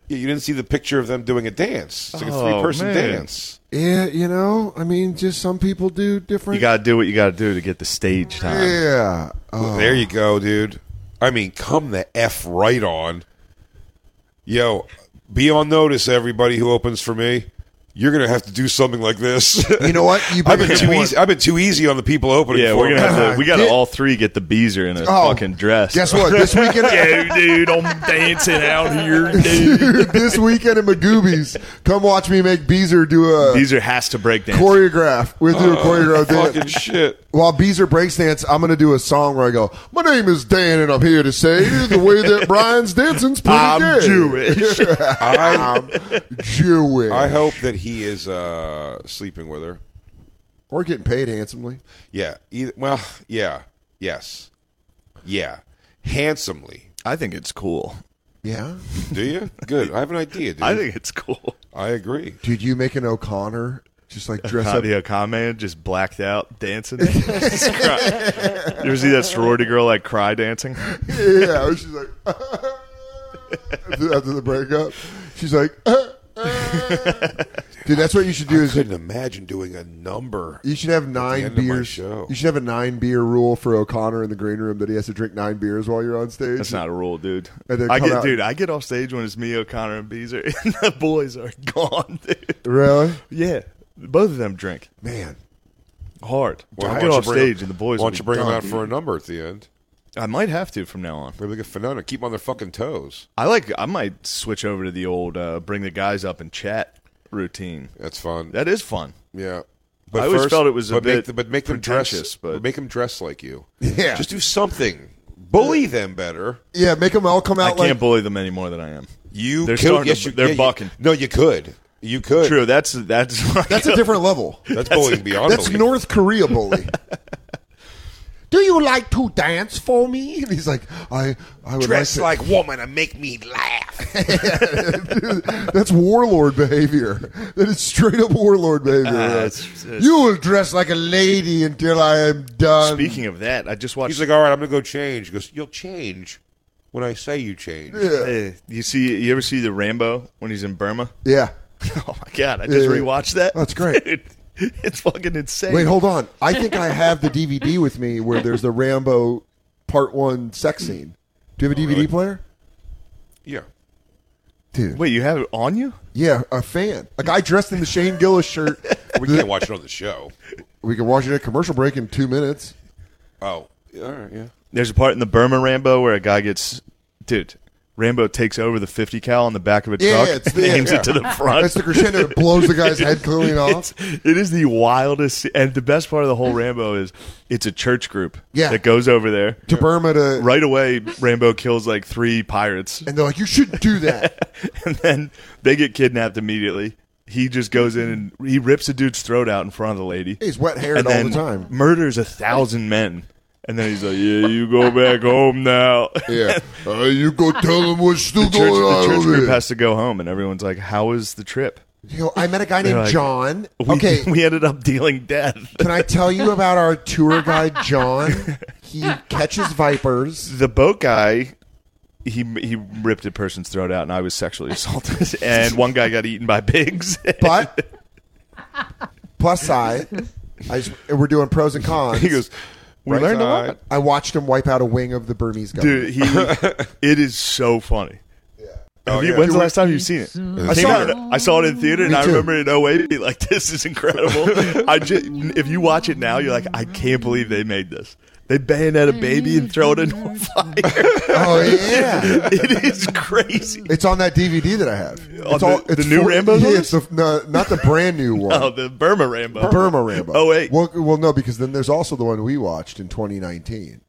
Speaker 1: Yeah, you didn't see the picture of them doing a dance. It's like a
Speaker 4: Oh,
Speaker 1: three person
Speaker 4: man.
Speaker 1: dance.
Speaker 2: Yeah, you know, I mean, just some people do different.
Speaker 4: You got to do what you got to do to get the stage time.
Speaker 2: yeah.
Speaker 1: Well, there you go, dude. I mean, come the f right on. Yo, be on notice, everybody who opens for me. You're gonna have to do something like this.
Speaker 2: You know what? You've
Speaker 1: I've
Speaker 2: been
Speaker 1: been too
Speaker 2: born-
Speaker 1: easy. I've been too easy on the people opening.
Speaker 4: Yeah,
Speaker 1: for
Speaker 4: we're
Speaker 1: me.
Speaker 4: gonna have to. We got to
Speaker 1: Get-
Speaker 4: all three get the Beezer in a
Speaker 1: Oh,
Speaker 4: fucking dress.
Speaker 2: guess what? This weekend-
Speaker 4: yeah, dude, I'm dancing out here, dude.
Speaker 2: this weekend at Magoobies, come watch me make Beezer do a
Speaker 4: Beezer has to break dance.
Speaker 2: choreograph. We're doing a
Speaker 4: Oh,
Speaker 2: choreograph. dance.
Speaker 4: fucking shit.
Speaker 2: While Beezer breaks dance, I'm going to do a song where I go, "My name is Dan, and I'm here to say the way that Brian's dancing's pretty
Speaker 4: I'm
Speaker 2: gay."
Speaker 4: Jewish. Um,
Speaker 1: I'm
Speaker 2: Jewish.
Speaker 1: I hope that he is uh, sleeping with her.
Speaker 2: We're getting paid handsomely.
Speaker 1: Yeah. Either, well, yeah. Yes. Yeah. Handsomely.
Speaker 4: I think it's cool.
Speaker 2: Yeah.
Speaker 1: Do you? Good. I have an idea, dude.
Speaker 4: I think it's cool.
Speaker 1: I agree.
Speaker 2: Dude, you make an O'Connor just like dress up.
Speaker 4: Nadia Kamen just blacked out dancing. Just cry. you ever see that sorority girl like cry dancing?
Speaker 2: yeah, she's like after the breakup, she's like, "Uh, dude, that's what you should do.
Speaker 1: I
Speaker 2: is
Speaker 1: couldn't imagine doing a number.
Speaker 2: You should have
Speaker 1: at the
Speaker 2: nine
Speaker 1: end of my
Speaker 2: beers.
Speaker 1: show.
Speaker 2: You should have a nine beer rule for O'Connor in the green room that he has to drink nine beers while you're on stage.
Speaker 4: That's not a rule, dude.
Speaker 2: And then
Speaker 4: I
Speaker 2: come
Speaker 4: get,
Speaker 2: out-
Speaker 4: dude. I get off stage when it's me, O'Connor, and Beezer, and the boys are gone, dude.
Speaker 2: Really?
Speaker 4: Yeah, both of them drink.
Speaker 2: Man,
Speaker 4: hard.
Speaker 1: Why-
Speaker 4: I
Speaker 1: why
Speaker 4: get
Speaker 1: don't you
Speaker 4: off
Speaker 1: bring
Speaker 4: stage
Speaker 1: them-
Speaker 4: and the boys.
Speaker 1: Why
Speaker 4: will
Speaker 1: don't
Speaker 4: be
Speaker 1: you bring them
Speaker 4: done,
Speaker 1: out for a
Speaker 4: dude.
Speaker 1: number at the end?
Speaker 4: I might have to from now on.
Speaker 1: Maybe like a phenomena. Keep them on their fucking toes.
Speaker 4: I like. I might switch over to the old uh, bring the guys up and chat routine.
Speaker 1: That's fun.
Speaker 4: That is fun.
Speaker 1: Yeah.
Speaker 4: I always felt it was a
Speaker 1: but make
Speaker 4: bit
Speaker 1: them- but make them
Speaker 4: pretentious,
Speaker 1: dress,
Speaker 4: but-
Speaker 1: but make them dress like you.
Speaker 2: Yeah.
Speaker 1: just do something. Bully them better.
Speaker 2: yeah, make them all come
Speaker 4: I
Speaker 2: out
Speaker 4: can't
Speaker 2: like
Speaker 4: bully them any more than I am.
Speaker 1: You
Speaker 4: they're
Speaker 1: could-
Speaker 4: starting
Speaker 1: yes,
Speaker 4: to-
Speaker 1: you-
Speaker 4: they're
Speaker 1: yeah, you-
Speaker 4: bucking.
Speaker 1: no, you could. You could.
Speaker 4: True. That's that's
Speaker 2: that's a different level.
Speaker 1: That's, bullying beyond
Speaker 2: That's
Speaker 1: belief.
Speaker 2: North Korea bully.
Speaker 9: Do you like to dance for me?
Speaker 2: and he's like, I, I would
Speaker 1: Dress
Speaker 2: like,
Speaker 1: like woman and make me laugh.
Speaker 2: to- that's warlord behavior. That is straight up warlord behavior.
Speaker 4: Ah,
Speaker 2: Yeah.
Speaker 4: it's- it's-
Speaker 2: you will dress like a lady until I am
Speaker 9: Um,
Speaker 2: done.
Speaker 4: Speaking of that, I just watched.
Speaker 1: He's like, all right, I'm gonna go change. He goes, you'll change when I say you change.
Speaker 4: Uh, you see, you ever see the Rambo when he's in Burma?
Speaker 2: yeah.
Speaker 4: Oh my god! I just
Speaker 2: Yeah.
Speaker 4: rewatched that.
Speaker 2: That's great.
Speaker 4: Dude, it's fucking insane.
Speaker 2: Wait, hold on. I think I have the DVD with me where there's the Rambo Part One sex scene. Do you have a DVD player?
Speaker 1: Yeah.
Speaker 2: Dude.
Speaker 4: Wait, you have it on you?
Speaker 2: Yeah, a fan. A guy dressed in the Shane Gillis shirt.
Speaker 1: We can't watch it on the show.
Speaker 2: We can watch it at commercial break in two minutes.
Speaker 1: Oh, all right, yeah.
Speaker 4: There's a part in the Burma Rambo where a guy gets, dude. Rambo takes over the 50 cal on the back of a
Speaker 2: Yeah,
Speaker 4: truck
Speaker 2: it's
Speaker 4: and
Speaker 2: the-
Speaker 4: aims
Speaker 2: yeah.
Speaker 4: it to the front.
Speaker 2: It's the crescendo. It blows the guy's head clean off.
Speaker 4: It's- it is the wildest. And the best part of the whole Rambo is it's a church group
Speaker 2: Yeah.
Speaker 4: that goes over there.
Speaker 2: To Burma to.
Speaker 4: Right away, Rambo kills like three pirates.
Speaker 2: And they're like, you shouldn't do that.
Speaker 4: and then they get kidnapped immediately. He just goes in and he rips a dude's throat out in front of the lady.
Speaker 2: He's wet-haired
Speaker 4: And
Speaker 2: all the
Speaker 4: then
Speaker 2: time.
Speaker 4: Murders a thousand men. And then he's like, "Yeah, you go back home now."
Speaker 2: Yeah, uh, you go tell them what's still
Speaker 4: the church,
Speaker 2: going on
Speaker 4: The church
Speaker 2: over
Speaker 4: group
Speaker 2: there.
Speaker 4: has to go home, and everyone's like, "How was the trip?"
Speaker 2: You know, I met a guy
Speaker 4: They're
Speaker 2: named
Speaker 4: like,
Speaker 2: John.
Speaker 4: "We-
Speaker 2: okay,
Speaker 4: we ended up dealing death.
Speaker 2: Can I tell you about our tour guide, John? He catches vipers.
Speaker 4: The boat guy, he he ripped a person's throat out, and I was sexually assaulted. and one guy got eaten by pigs.
Speaker 2: But plus side, I just, and we're doing pros and cons.
Speaker 4: He goes, "We Right learned a lot." side.
Speaker 2: I watched him wipe out a wing of the Burmese government.
Speaker 4: Dude, he, it is so funny. Have
Speaker 1: Oh,
Speaker 4: you,
Speaker 1: yeah.
Speaker 4: When's
Speaker 1: Dude,
Speaker 4: the last time you've seen it?
Speaker 1: soon.
Speaker 4: I
Speaker 1: Came
Speaker 4: saw
Speaker 1: out-
Speaker 4: it. I saw it in theater, and
Speaker 1: Me
Speaker 4: I
Speaker 1: too.
Speaker 4: remember in 08, being like, this is incredible. I just, if you watch it now, you're like, I can't believe they made this. They bayonet a baby and throw it into a fire.
Speaker 2: Oh yeah,
Speaker 4: it is crazy.
Speaker 2: It's on that DVD that I have.
Speaker 4: Oh,
Speaker 2: It's all,
Speaker 4: the-
Speaker 2: it's
Speaker 4: the new Rambo's on
Speaker 2: Yeah, it's the, no, not the brand new one.
Speaker 4: Oh, the Burma Rambo.
Speaker 2: Burma Rambo.
Speaker 4: Oh, wait.
Speaker 2: Well, well, no, because then there's also the one we watched in 2019,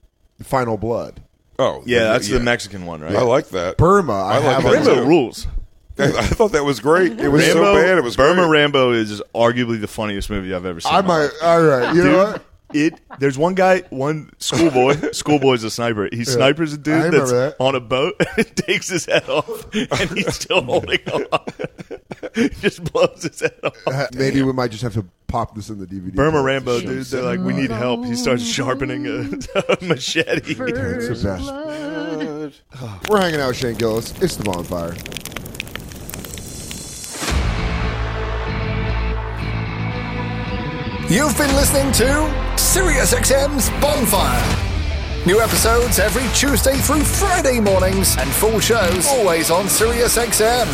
Speaker 2: Final Blood.
Speaker 1: Oh,
Speaker 4: Yeah, that's the Mexican one, right?
Speaker 1: I like that.
Speaker 2: Burma, I
Speaker 1: like
Speaker 2: have
Speaker 1: that
Speaker 2: it. Burma
Speaker 1: too.
Speaker 4: rules.
Speaker 1: I thought that was great. It was so
Speaker 4: Rambo-
Speaker 1: bad. It was
Speaker 4: Burma
Speaker 1: great.
Speaker 4: Rambo is arguably the funniest movie I've ever seen.
Speaker 2: I
Speaker 4: in my
Speaker 2: might.
Speaker 4: life.
Speaker 2: All right. You know
Speaker 4: Dude,
Speaker 2: what?
Speaker 4: It there's one guy, one schoolboy. Schoolboy's a sniper. He
Speaker 2: Yeah.
Speaker 4: snipers a
Speaker 2: I
Speaker 4: dude
Speaker 2: remember
Speaker 4: that's
Speaker 2: that.
Speaker 4: on a boat and takes his head off, and he's still holding on. He just blows his head
Speaker 2: Uh,
Speaker 4: off.
Speaker 2: maybe we might just have to pop this in the DVD.
Speaker 4: Burma
Speaker 2: box.
Speaker 4: Rambo,
Speaker 2: Show
Speaker 4: dude.
Speaker 2: some-
Speaker 4: They're like, we need help. He starts sharpening a, a machete.
Speaker 2: It's the best. We're hanging out with Shane Gillis. It's the bonfire.
Speaker 13: You've been listening to SiriusXM's Bonfire. New episodes every Tuesday through Friday mornings, and full shows always on SiriusXM.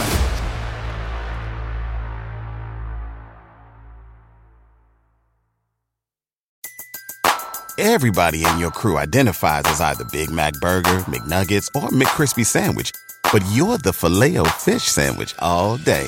Speaker 6: Everybody in your crew identifies as either Big Mac Burger, McNuggets, or McCrispy Sandwich. But you're the filet fish Sandwich all day.